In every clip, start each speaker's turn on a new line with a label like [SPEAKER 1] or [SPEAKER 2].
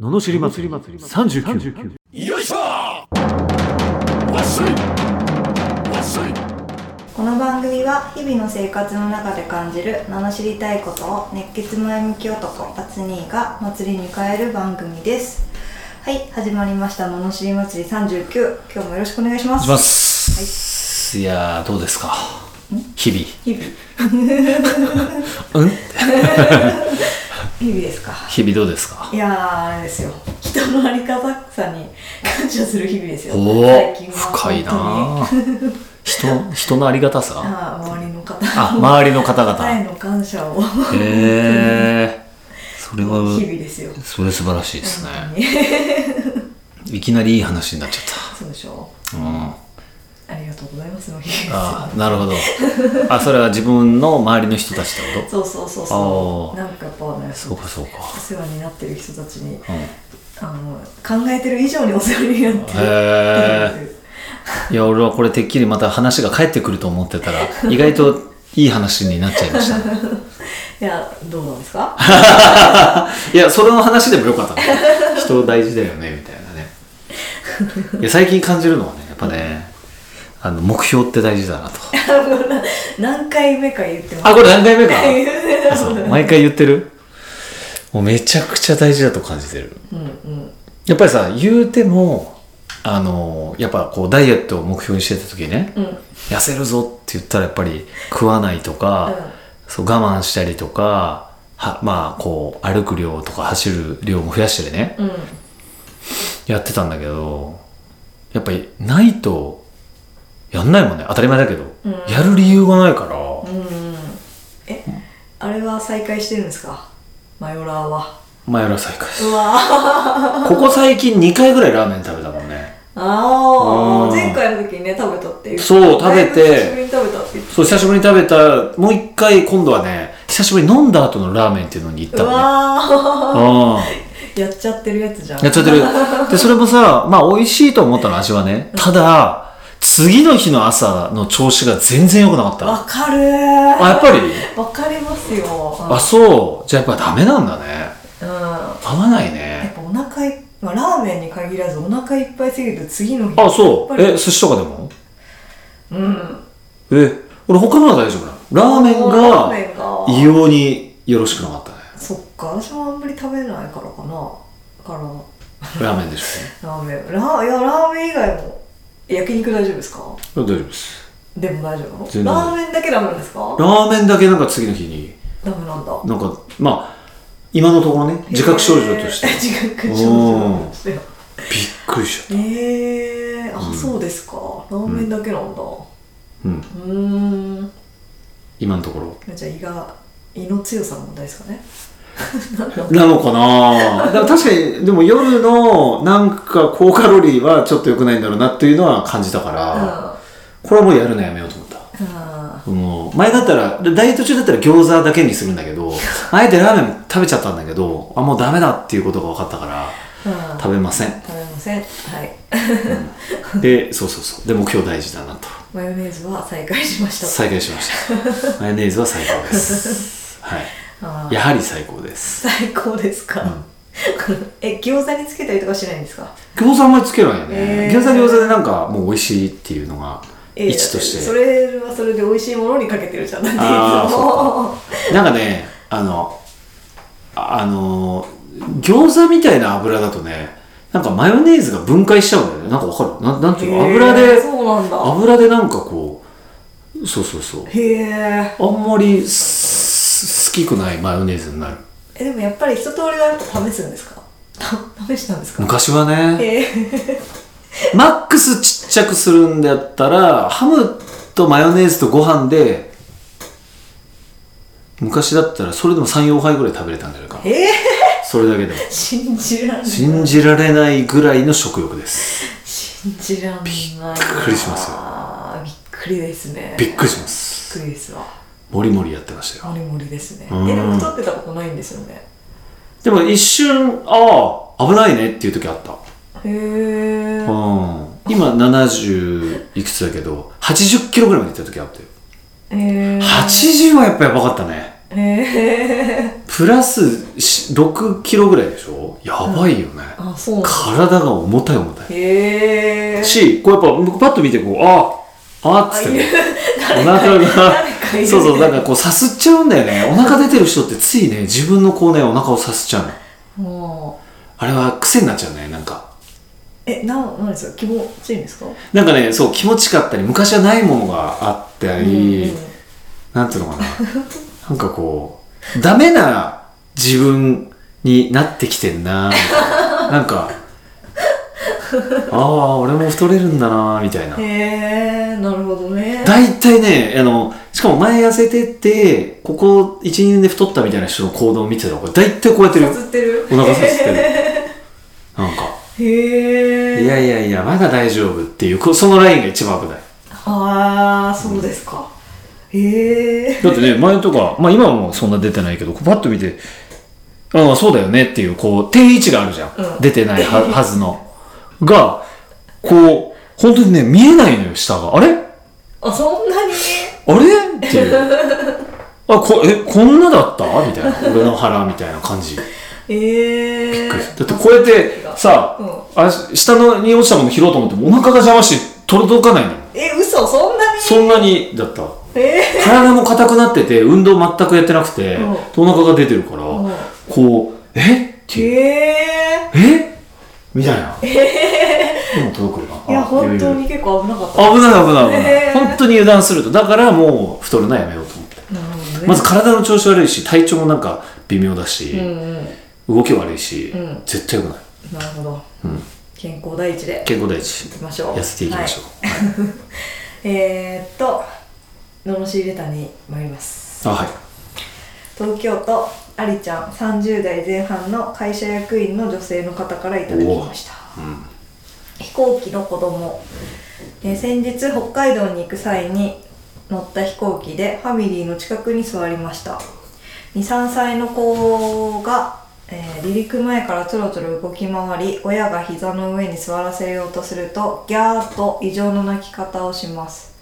[SPEAKER 1] ののしり祭り39
[SPEAKER 2] よいしょわっしょいわっしょい
[SPEAKER 3] この番組は日々の生活の中で感じる罵りたいことを熱血前向き男バツニーが祭りに変える番組ですはい始まりました罵り祭り39今日もよろしくお願いします
[SPEAKER 4] します、い、やーどうですか日々
[SPEAKER 3] 日々
[SPEAKER 4] うん
[SPEAKER 3] 日々ですか
[SPEAKER 4] 日々どうですか
[SPEAKER 3] いやーあれですよ人のありがたさに感謝する日々ですよ
[SPEAKER 4] お
[SPEAKER 3] 最
[SPEAKER 4] お
[SPEAKER 3] 近は
[SPEAKER 4] 深い
[SPEAKER 3] 本
[SPEAKER 4] なー人人のありがた
[SPEAKER 3] 当に
[SPEAKER 4] さ
[SPEAKER 3] あー周りの方
[SPEAKER 4] あ周りの方
[SPEAKER 3] 方へ
[SPEAKER 4] 々
[SPEAKER 3] の感謝を
[SPEAKER 4] へえそれは
[SPEAKER 3] 日々ですよ
[SPEAKER 4] それ素晴らしいですね
[SPEAKER 3] 本当に
[SPEAKER 4] いきなりいい話になっちゃっ
[SPEAKER 3] そうでしょ
[SPEAKER 4] たうん
[SPEAKER 3] ありがとうございますの日々ですよ
[SPEAKER 4] ああなるほどあそれは自分の周りの人たちってこと
[SPEAKER 3] そうそうそうそ
[SPEAKER 4] あー
[SPEAKER 3] うなんかやっぱね
[SPEAKER 4] そうかそうか
[SPEAKER 3] お世話になってる人たちに
[SPEAKER 4] うんへ
[SPEAKER 3] あの考えてる以上にお世話になってるって
[SPEAKER 4] え
[SPEAKER 3] いう
[SPEAKER 4] いや俺はこれてっきりまた話が返ってくると思ってたら意外といい話になっちゃいました
[SPEAKER 3] いやどうなんですか
[SPEAKER 4] いや、それの話でもよかったね。人大事だよね、みたいなね。いや、最近感じるのはね、やっぱね、あの、目標って大事だなと。
[SPEAKER 3] 何回目か言ってます
[SPEAKER 4] あ、これ何回目かあそう毎回言ってるもうめちゃくちゃ大事だと感じてる。
[SPEAKER 3] うんうん
[SPEAKER 4] やっぱりさ、言うても、あの、やっぱこう、ダイエットを目標にしてた時ね、
[SPEAKER 3] うんうん
[SPEAKER 4] 痩せるぞって言ったらやっぱり食わないとか、そう我慢したりとか、はまあ、こう、歩く量とか走る量も増やしたりね、
[SPEAKER 3] うん
[SPEAKER 4] やってたんだけど、やっぱりないと、やんないもんね。当たり前だけど。
[SPEAKER 3] うん
[SPEAKER 4] やる理由がないから、
[SPEAKER 3] うんえあれは再開してるんですかマヨラーは
[SPEAKER 4] まあやら再開
[SPEAKER 3] うわー
[SPEAKER 4] ここ最近2回ぐらいラーメン食べたもんね。
[SPEAKER 3] あ
[SPEAKER 4] うん
[SPEAKER 3] あ前回の時にね食べたっていう
[SPEAKER 4] そう食べて
[SPEAKER 3] だいぶ久しぶりに食べたって言って
[SPEAKER 4] そう、久しぶりに食べた、もう一回今度はね、久しぶりに飲んだ後のラーメンっていうのに行った
[SPEAKER 3] う
[SPEAKER 4] のね。
[SPEAKER 3] わ
[SPEAKER 4] う
[SPEAKER 3] ーやっちゃってるやつじゃん
[SPEAKER 4] ん。やっちゃってる。で、それもさ、まあ美味しいと思ったの味はね。ただ、次の日の朝の調子が全然良くなかった。
[SPEAKER 3] わかるー
[SPEAKER 4] あ、やっぱり
[SPEAKER 3] わかりますよ。
[SPEAKER 4] あ、そう。じゃあやっぱダメなんだね。
[SPEAKER 3] うん。や
[SPEAKER 4] 合わないね
[SPEAKER 3] っ。ぱお腹い、まあ、ラーメンに限らずお腹いっぱいすぎると次の日。
[SPEAKER 4] あ、そ
[SPEAKER 3] やっ
[SPEAKER 4] う。
[SPEAKER 3] ぱり
[SPEAKER 4] え、寿司とかでも
[SPEAKER 3] うん。
[SPEAKER 4] え、俺他のは大丈夫なのラーメン
[SPEAKER 3] ラー
[SPEAKER 4] が
[SPEAKER 3] メンが。
[SPEAKER 4] 異様によろしくなかったね。
[SPEAKER 3] そっか、私もあんまり食べないからかな。だから、
[SPEAKER 4] ラーメンでしょ
[SPEAKER 3] ラーメン。ラいや、ラーメン以外も。焼肉大丈夫ですか
[SPEAKER 4] うね。大丈夫です。
[SPEAKER 3] でも大丈夫
[SPEAKER 4] 全然
[SPEAKER 3] ラーメンだけダメなんですか
[SPEAKER 4] ラーメンだけなんか次の日に、
[SPEAKER 3] ダメなんだ。
[SPEAKER 4] なんか、まあ、今のところね、自覚症状として
[SPEAKER 3] え
[SPEAKER 4] びっ
[SPEAKER 3] ー 自覚症状としては。
[SPEAKER 4] くりしちゃっ
[SPEAKER 3] えー、あ、
[SPEAKER 4] うん
[SPEAKER 3] そうですか。ラーメンだけなんだ。う
[SPEAKER 4] た。うん。
[SPEAKER 3] ーん
[SPEAKER 4] 今のところ。
[SPEAKER 3] じゃあ胃が胃の強さの問題ですかね
[SPEAKER 4] なのかな でも確かに、でも夜のなんか高カロリーはちょっと良くないんだろうなっていうのは感じたから、
[SPEAKER 3] あ
[SPEAKER 4] これはもうやるのやめようと思った。
[SPEAKER 3] あ
[SPEAKER 4] もう前だったらダイエット中だったら餃子だけにするんだけどあえてラーメンも食べちゃったんだけどあもうダメだっていうことが分かったから
[SPEAKER 3] あ
[SPEAKER 4] 食べません
[SPEAKER 3] 食べませんはい
[SPEAKER 4] でそうそうそうで目標大事だなと
[SPEAKER 3] マヨネーズは再開しました
[SPEAKER 4] 再開しま したマヨネーズは最高ですはい
[SPEAKER 3] あー
[SPEAKER 4] やはり最高です
[SPEAKER 3] 最高ですか、 え餃子につけたりとかしないんですか
[SPEAKER 4] 餃子あんまりつけないよね、
[SPEAKER 3] へー
[SPEAKER 4] 餃子は餃子でなんかもう美味しいっていうのが
[SPEAKER 3] え
[SPEAKER 4] 一として
[SPEAKER 3] それはそれで美味しいものにかけてるじゃんだっていつ
[SPEAKER 4] あー
[SPEAKER 3] も
[SPEAKER 4] なんかね、あの、ああの、餃子みたいな油だとね、なんかマヨネーズが分解しちゃうんだよね。なんかわかるなんなんていうの、
[SPEAKER 3] へー
[SPEAKER 4] 油で、
[SPEAKER 3] そうなんだ
[SPEAKER 4] 油でなんかこう、そうそうそう。
[SPEAKER 3] へえ
[SPEAKER 4] あんまりす好きくないマヨネーズになる。
[SPEAKER 3] えでもやっぱり一通りは試すんですかた 試したんですか
[SPEAKER 4] 昔はね、
[SPEAKER 3] へえ
[SPEAKER 4] マックスちっちゃくするんだったら、ハムとマヨネーズとご飯で、昔だったらそれでも3、4杯ぐらい食べれたんじゃないかな。
[SPEAKER 3] え
[SPEAKER 4] それだけでも。
[SPEAKER 3] 信じらんない
[SPEAKER 4] 信じられないぐらいの食欲です
[SPEAKER 3] 信じらんないびっ
[SPEAKER 4] くりします
[SPEAKER 3] よびっくりですね
[SPEAKER 4] びっくりしま
[SPEAKER 3] び
[SPEAKER 4] す
[SPEAKER 3] っくりですわ
[SPEAKER 4] もりもりやってましたよ
[SPEAKER 3] モリモリですね
[SPEAKER 4] うん
[SPEAKER 3] えでも太ってたことないんですよね
[SPEAKER 4] でも一瞬ああ危ないねっていう時あった
[SPEAKER 3] へえ
[SPEAKER 4] うん今70いくつだけど80キロぐらいまでいった時あったよ
[SPEAKER 3] えー、
[SPEAKER 4] 80はやっぱやばかったね
[SPEAKER 5] え
[SPEAKER 4] プラスし6キロぐらいでしょやばいよね、
[SPEAKER 5] ー、あそうなんだ
[SPEAKER 4] 体が重たい重たい
[SPEAKER 5] へえー、
[SPEAKER 4] しこうやっぱ僕パッと見てこうあああっつ
[SPEAKER 5] あ
[SPEAKER 4] っ
[SPEAKER 5] い
[SPEAKER 4] て
[SPEAKER 5] る
[SPEAKER 4] ねお腹が
[SPEAKER 5] 誰かいる
[SPEAKER 4] そうそうなんかこうさすっちゃうんだよねお腹出てる人ってついね自分のこうねお腹をさすっちゃうの
[SPEAKER 5] も
[SPEAKER 4] あれは癖になっちゃうねなんか
[SPEAKER 5] うえななんですか気持ちいいんですか
[SPEAKER 4] なんかねそう気持ちかったり昔はないものがあったり、
[SPEAKER 5] うんうん
[SPEAKER 4] なんていうのかななんかこうダメな自分になってきてんなみたいななんかああ俺も太れるんだなみたいな
[SPEAKER 5] へえー、なるほどね
[SPEAKER 4] 大体ねあのしかも前痩せててここ12年で太ったみたいな人の行動を見てたらこれ大体こうやってる
[SPEAKER 5] さすってる
[SPEAKER 4] お腹さすって るなんか
[SPEAKER 5] へえ
[SPEAKER 4] い
[SPEAKER 5] ー、
[SPEAKER 4] やいやいやまだ大丈夫っていうこそのラインが一番危ない
[SPEAKER 5] あーそうですかへえ
[SPEAKER 4] だってね前とかまあ今はもうそんな出てないけどこうパッと見てああそうだよねっていうこう定位置があるじゃん、
[SPEAKER 5] うん
[SPEAKER 4] 出てないははずのがこう本当にね見えないのよ下があれ
[SPEAKER 5] ー、あそんなに
[SPEAKER 4] あれっていうあこえこんなだったみたいな俺の腹みたいな感じだ
[SPEAKER 5] ええー、
[SPEAKER 4] ってこうやってさ、あ下のに落ちたもの拾おうと思ってもお腹が邪魔して届かないの
[SPEAKER 5] え嘘そんなに
[SPEAKER 4] そんなにだった
[SPEAKER 5] え
[SPEAKER 4] 体も硬くなってて運動全くやってなくて、
[SPEAKER 5] うん
[SPEAKER 4] お腹が出てるから、
[SPEAKER 5] ー、
[SPEAKER 4] こう、えっていう、
[SPEAKER 5] え
[SPEAKER 4] えみたいな。えでも届くよ
[SPEAKER 5] ー、
[SPEAKER 4] な。
[SPEAKER 5] いや
[SPEAKER 4] あ
[SPEAKER 5] 本当。に
[SPEAKER 4] い
[SPEAKER 5] 結構危なかった
[SPEAKER 4] ろいろ危ない危ない危ない、
[SPEAKER 5] えー
[SPEAKER 4] 本当に油断すると。だからもう太るのはやめようと思って。
[SPEAKER 5] なるほどね
[SPEAKER 4] まず体の調子悪いし、体調もなんか微妙だし、
[SPEAKER 5] うんうん
[SPEAKER 4] 動き悪いし、
[SPEAKER 5] うん
[SPEAKER 4] 絶対良くない。
[SPEAKER 5] なるほど、
[SPEAKER 4] うん
[SPEAKER 5] 健康第一で
[SPEAKER 4] 健康第一
[SPEAKER 5] い。きましょう
[SPEAKER 4] 痩せていきましょう
[SPEAKER 5] は。いえー、っと罵りレターに参ります
[SPEAKER 4] あ、はい。
[SPEAKER 5] 東京都ありちゃん30代前半の会社役員の女性の方からいただきました
[SPEAKER 4] うん。
[SPEAKER 5] 飛行機の子供えー先日北海道に行く際に乗った飛行機でファミリーの近くに座りました23歳の子が、えー離陸前からちょろちょろ動き回り親が膝の上に座らせようとするとギャーッと異常の泣き方をします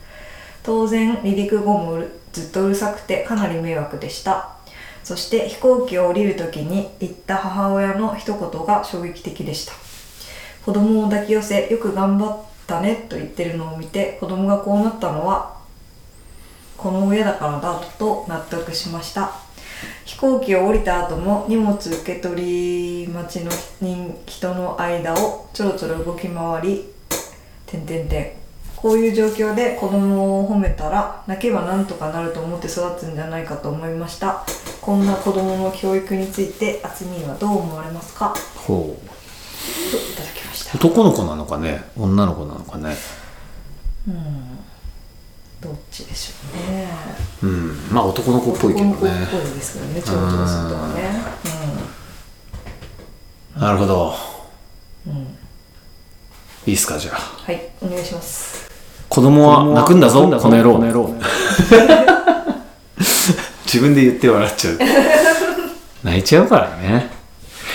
[SPEAKER 5] 当然離陸後もうるずっとうるさくてかなり迷惑でしたそして飛行機を降りる時に言った母親の一言が衝撃的でした子供を抱き寄せよく頑張ったねと言ってるのを見て子供がこうなったのはこの親だからだと納得しました飛行機を降りた後も荷物受け取り待ちの人人の間をちょろちょろ動き回りてんてんてんこういう状況で子供を褒めたら泣けばなんとかなると思って育つんじゃないかと思いましたこんな子供の教育についてあつみはどう思われますか
[SPEAKER 4] ほう。
[SPEAKER 5] といただきました
[SPEAKER 4] 男の子なのかね女の子なのかね
[SPEAKER 5] うんどっちでしょうね。
[SPEAKER 4] うん。まあ男の子っぽいけどね。
[SPEAKER 5] 男の子っぽいですけどね、ちょろちょろするとはね。
[SPEAKER 4] なるほど。
[SPEAKER 5] うん。うん。
[SPEAKER 4] いいっすか、じゃあ。
[SPEAKER 5] はい、お願いします。
[SPEAKER 4] 子供は泣くんだぞ、この野郎。自分で言って笑っ ちゃう。泣いちゃうからね。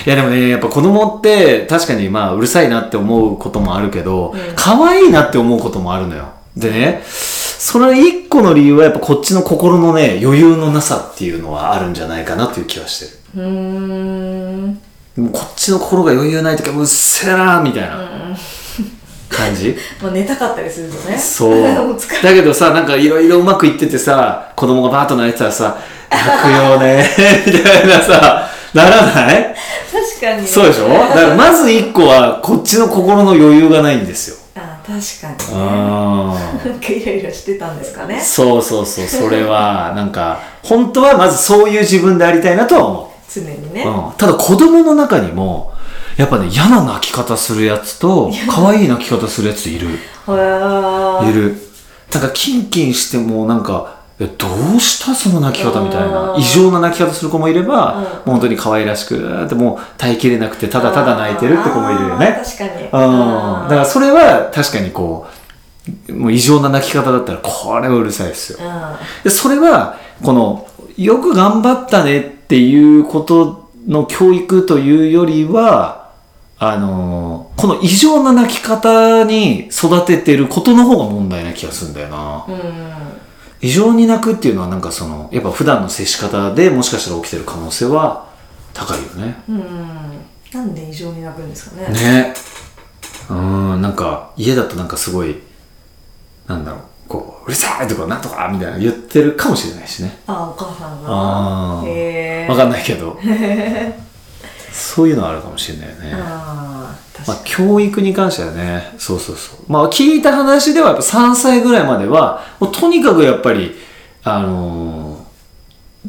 [SPEAKER 4] いやでもね、やっぱ子供って確かにまあうるさいなって思うこともあるけど、可愛いなって思うこともあるのよ。でね、それ一個の理由はやっぱこっちの心のね、余裕のなさっていうのはあるんじゃないかなという気はしてる。
[SPEAKER 5] うーん。
[SPEAKER 4] もうこっちの心が余裕ない時はうっせえなーみたいな感 じ、
[SPEAKER 5] まあ、寝たかったりするとね。
[SPEAKER 4] そ
[SPEAKER 5] も
[SPEAKER 4] う
[SPEAKER 5] 疲れ
[SPEAKER 4] だけどさなんかいろいろうまくいっててさ子供がバーッと泣いてたらさ「泣くよね ー」みたいなさならない
[SPEAKER 5] 確かに。
[SPEAKER 4] そうでしょだからまず一個はこっちの心の余裕がないんですよ
[SPEAKER 5] あ確かに
[SPEAKER 4] う
[SPEAKER 5] ね。
[SPEAKER 4] ん
[SPEAKER 5] なんかイライラしてたんですかね。
[SPEAKER 4] そうそうそうそれはなんか本当はまずそういう自分でありたいなとは思う
[SPEAKER 5] 常にね。
[SPEAKER 4] うん、ただ子供の中にもやっぱね嫌な泣き方するやつと可愛い泣き方するやついる
[SPEAKER 5] はあ。
[SPEAKER 4] いるなんかキンキンしてもなんかえどうしたその泣き方みたいな
[SPEAKER 5] あー
[SPEAKER 4] 異常な泣き方する子もいれば、
[SPEAKER 5] うん
[SPEAKER 4] もう本当に可愛らしくでもう耐えきれなくてただただ泣いてるって子もいるよ
[SPEAKER 5] あ
[SPEAKER 4] ね
[SPEAKER 5] ー確かに。
[SPEAKER 4] うんだからそれは確かにこうもう異常な泣き方だったらこれはうるさいですよ
[SPEAKER 5] ら。
[SPEAKER 4] でそれはこのよく頑張ったねっていうことの教育というよりはあのーこの異常な泣き方に育ててることの方が問題な気がするんだよな
[SPEAKER 5] うん。うん。
[SPEAKER 4] え非常に泣くっていうのはなんかそのやっぱ普段の接し方でもしかしたら起きてる可能性は高いよね
[SPEAKER 3] うんなんで異常に泣くんですかね
[SPEAKER 4] ねうんなんか家だとなんかすごいなんだろうこううるさいとかなんとかみたいな言ってるかもしれないしね
[SPEAKER 3] あお母さんが
[SPEAKER 4] あー
[SPEAKER 3] へえ
[SPEAKER 4] わかんないけ どそういうのはあるかもしれないよね、
[SPEAKER 3] あー確
[SPEAKER 4] まあ
[SPEAKER 3] か、
[SPEAKER 4] 教育に関してはねそうそうそうまあ聞いた話ではやっぱ3歳ぐらいまではもうとにかくやっぱりあのー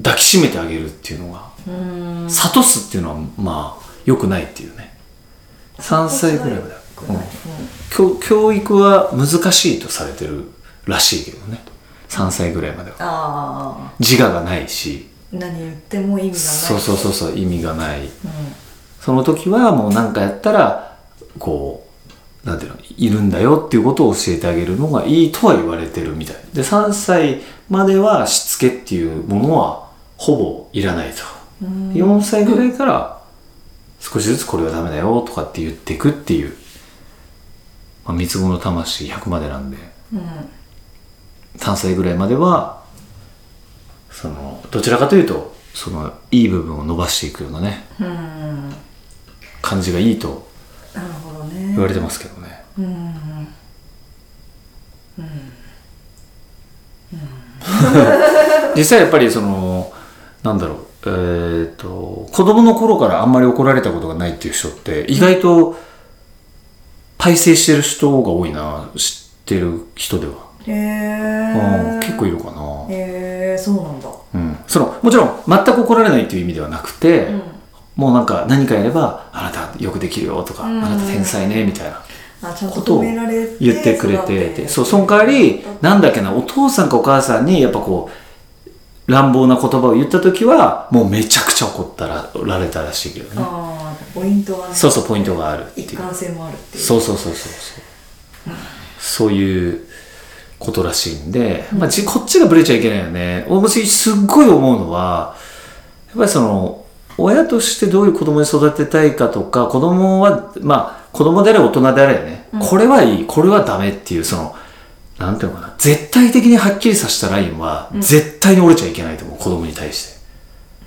[SPEAKER 4] 抱きしめてあげるっていうのが
[SPEAKER 3] にうん
[SPEAKER 4] 諭すっていうのはまあ良くないっていうね3歳ぐらいまでは、うん教教育は難しいとされてるらしいけどね3歳ぐらいまでは
[SPEAKER 3] あ
[SPEAKER 4] 自我がないし
[SPEAKER 3] あ何言っても意味がない、
[SPEAKER 4] そうそうそううそう意味がない
[SPEAKER 3] うん、
[SPEAKER 4] その時はもう何かやったらこうなんていうのいるんだよっていうことを教えてあげるのがいいとは言われてるみたいで3歳まではしつけっていうものはほぼいらないと
[SPEAKER 3] ん
[SPEAKER 4] 4歳ぐらいから少しずつこれはダメだよとかって言っていくっていう、まあ、三つ子の魂100までなんで
[SPEAKER 3] うん
[SPEAKER 4] 3歳ぐらいまではそのどちらかというとそのいい部分を伸ばしていくようなね
[SPEAKER 3] うん、な
[SPEAKER 4] 感じがいいと
[SPEAKER 3] るほどね
[SPEAKER 4] 言われてますけどね。
[SPEAKER 3] うんうん
[SPEAKER 4] 実際やっぱりそのなんだろうえーっ、と子供の頃からあんまり怒られたことがないっていう人って意外と大成してる人が多いな知ってる人では、
[SPEAKER 3] へ
[SPEAKER 4] う
[SPEAKER 3] え
[SPEAKER 4] ん、結構いるかな、
[SPEAKER 3] へえそうなんだ
[SPEAKER 4] うん、そのもちろん全く怒られないっていう意味ではなくて、
[SPEAKER 3] うん
[SPEAKER 4] もうなんか何かやれば「あなたよくできるよ」とか「
[SPEAKER 3] うん
[SPEAKER 4] あなた天才ね」みたいな
[SPEAKER 3] あちゃんと
[SPEAKER 4] こと
[SPEAKER 3] 止
[SPEAKER 4] を
[SPEAKER 3] められて
[SPEAKER 4] 言ってくれて
[SPEAKER 3] 育
[SPEAKER 4] て
[SPEAKER 3] て
[SPEAKER 4] そうその代わりなんだっけなお父さんかお母さんにやっぱこう乱暴な言葉を言った時はもうめちゃくちゃ怒ったらられたらしいけどね
[SPEAKER 3] ああポイントがね
[SPEAKER 4] そうそうポイントがあるってい
[SPEAKER 3] 一
[SPEAKER 4] う
[SPEAKER 3] 貫性もあるっていう
[SPEAKER 4] そうそうそうそうそうそういうことらしいんで、まあ、じこっちがブレちゃいけないよね私すっごい思うのはやっぱりその親としてどういう子供に育てたいかとか子供はまあ子供であれ大人であれね、これはいいこれはダメっていうそのなんていうのかな絶対的にはっきりさせたラインは絶対に折れちゃいけないと思う、子供に対し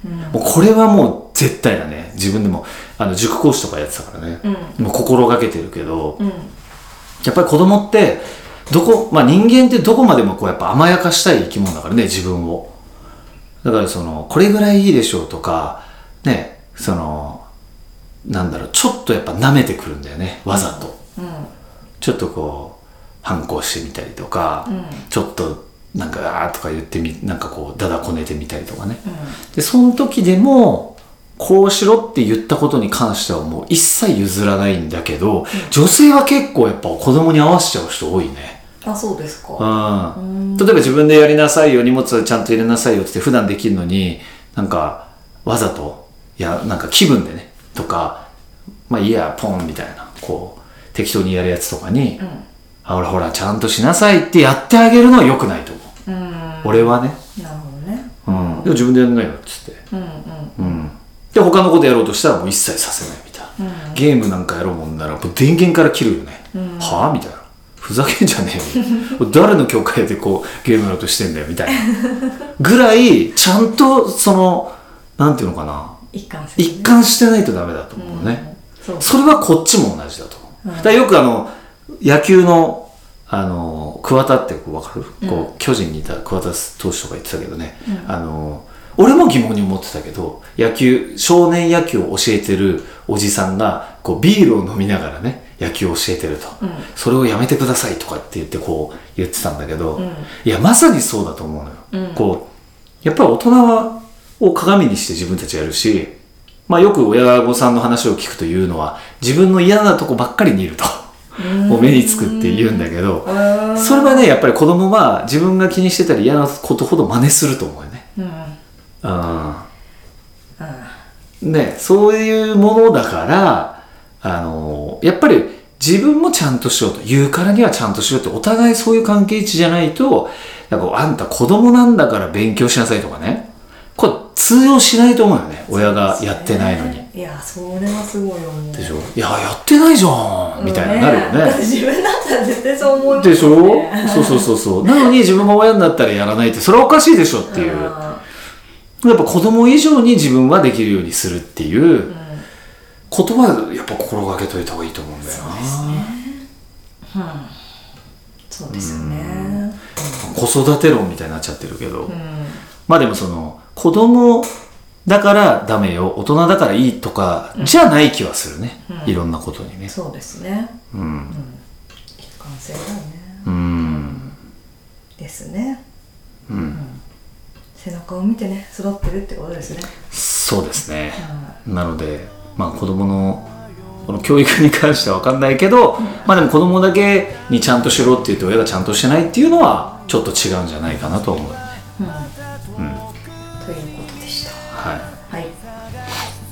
[SPEAKER 4] て。もうこれはもう絶対だね自分でもあの塾講師とかやってたからね、もう心がけてるけど、
[SPEAKER 3] うん
[SPEAKER 4] やっぱり子供ってどこ、まあ、人間ってどこまでもこうやっぱ甘やかしたい生き物だからね自分をだからそのこれぐらいいいでしょうとかねそのなんだろうちょっとやっぱ舐めてくるんだよねわざと、
[SPEAKER 3] うん
[SPEAKER 4] ちょっとこう反抗してみたりとか、
[SPEAKER 3] うん
[SPEAKER 4] ちょっとなんかあーとか言ってみなんかこうだだこねてみたりとかね、でその時でもこうしろって言ったことに関してはもう一切譲らないんだけど、女性は結構やっぱ子供に合わせちゃう人多いね。
[SPEAKER 3] あそうですか
[SPEAKER 4] う、
[SPEAKER 3] うん
[SPEAKER 4] 例えば自分でやりなさいよ荷物はちゃんと入れなさいよって普段できるのになんかわざといやなんか気分でねとかまあいいやポンみたいなこう適当にやるやつとかに、
[SPEAKER 3] ん
[SPEAKER 4] あほらほらちゃんとしなさいってやってあげるのは良くないと思う、
[SPEAKER 3] うんな
[SPEAKER 4] 俺はね、
[SPEAKER 3] るほどね
[SPEAKER 4] うん、でも自分でやんないよっつって、
[SPEAKER 3] うんうん
[SPEAKER 4] うん、で他のことやろうとしたらもう一切させないみたいな、ゲームなんかやろうもんならもう電源から切るよね、はあみたいなふざけんじゃねえよ 誰の教会でこうゲームやろうとしてんだよみたいなぐらいちゃんとそのなんていうのかな
[SPEAKER 3] 一貫性
[SPEAKER 4] 一貫してないとダメだと思うね、
[SPEAKER 3] そう
[SPEAKER 4] それはこっちも同じだと思う。だからよくあの、野球の、あの、桑田ってこうわかる、こう、巨人にいた桑田投手とか言ってたけどね、あの、俺も疑問に思ってたけど、野球、少年野球を教えてるおじさんが、こう、ビールを飲みながらね、野球を教えてると、それをやめてくださいとかって言ってこう、言ってたんだけど、いや、まさにそうだと思うのよ。こう、やっぱり大人は、を鏡にして自分たちやるし、まあよく親御さんの話を聞くというのは、自分の嫌なとこばっかりにいると、 もう目につくって言うんだけど、
[SPEAKER 3] うん
[SPEAKER 4] それはね、やっぱり子供は自分が気にしてたり嫌なことほど真似すると思うよね。
[SPEAKER 3] うん
[SPEAKER 4] うん。ね、そういうものだから、あの、やっぱり自分もちゃんとしようと、言うからにはちゃんとしようって、お互いそういう関係値じゃないと、なんかあんた子供なんだから勉強しなさいとかね、これ通用しないと思うよね親がやってないのに、
[SPEAKER 5] いやそれはすごい思う
[SPEAKER 4] でしょいややってないじゃんみたいになるよね、
[SPEAKER 5] 自分だったら絶対そう思う
[SPEAKER 4] でしょそうそうそうそうなのに自分が親になったらやらないってそれはおかしいでしょっていう、やっ
[SPEAKER 5] あ
[SPEAKER 4] ぱ子供以上に自分はできるようにするっていう
[SPEAKER 5] ーうん
[SPEAKER 4] 言葉をやっぱ心がけといた方がいいと思うんだよな、
[SPEAKER 5] そうですよね
[SPEAKER 4] 子育て論みたいになっちゃってるけど、
[SPEAKER 5] うん
[SPEAKER 4] まあでもその子供だからダメよ大人だからいいとかじゃない気はするね、
[SPEAKER 5] うん
[SPEAKER 4] いろんなことにね
[SPEAKER 5] そうですね
[SPEAKER 4] うん
[SPEAKER 5] 一貫性だよね
[SPEAKER 4] うん
[SPEAKER 5] ですね
[SPEAKER 4] うん
[SPEAKER 5] 背中を見てね育ってるってことですね
[SPEAKER 4] そうですね
[SPEAKER 5] は
[SPEAKER 4] なのでまあ子供のこの教育に関しては分かんないけど、まあでも子供だけにちゃんとしろって言って親がちゃんとしてないっていうのはちょっと違うんじゃないかなと思うよね
[SPEAKER 5] い
[SPEAKER 4] うん
[SPEAKER 5] ということでした
[SPEAKER 4] は
[SPEAKER 5] はい、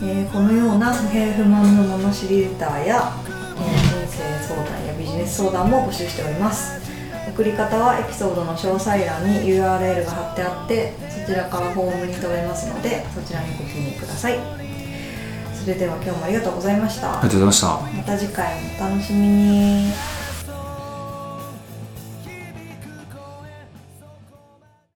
[SPEAKER 5] えーこのような不平不満の物知りレターや、えー人生相談やビジネス相談も募集しております送り方はエピソードの詳細欄に URL が貼ってあってそちらからフォームに飛べますのでそちらにご記入くださいそれでは今日もありがとうございました
[SPEAKER 4] いありがとうございました
[SPEAKER 5] また次回もお楽しみに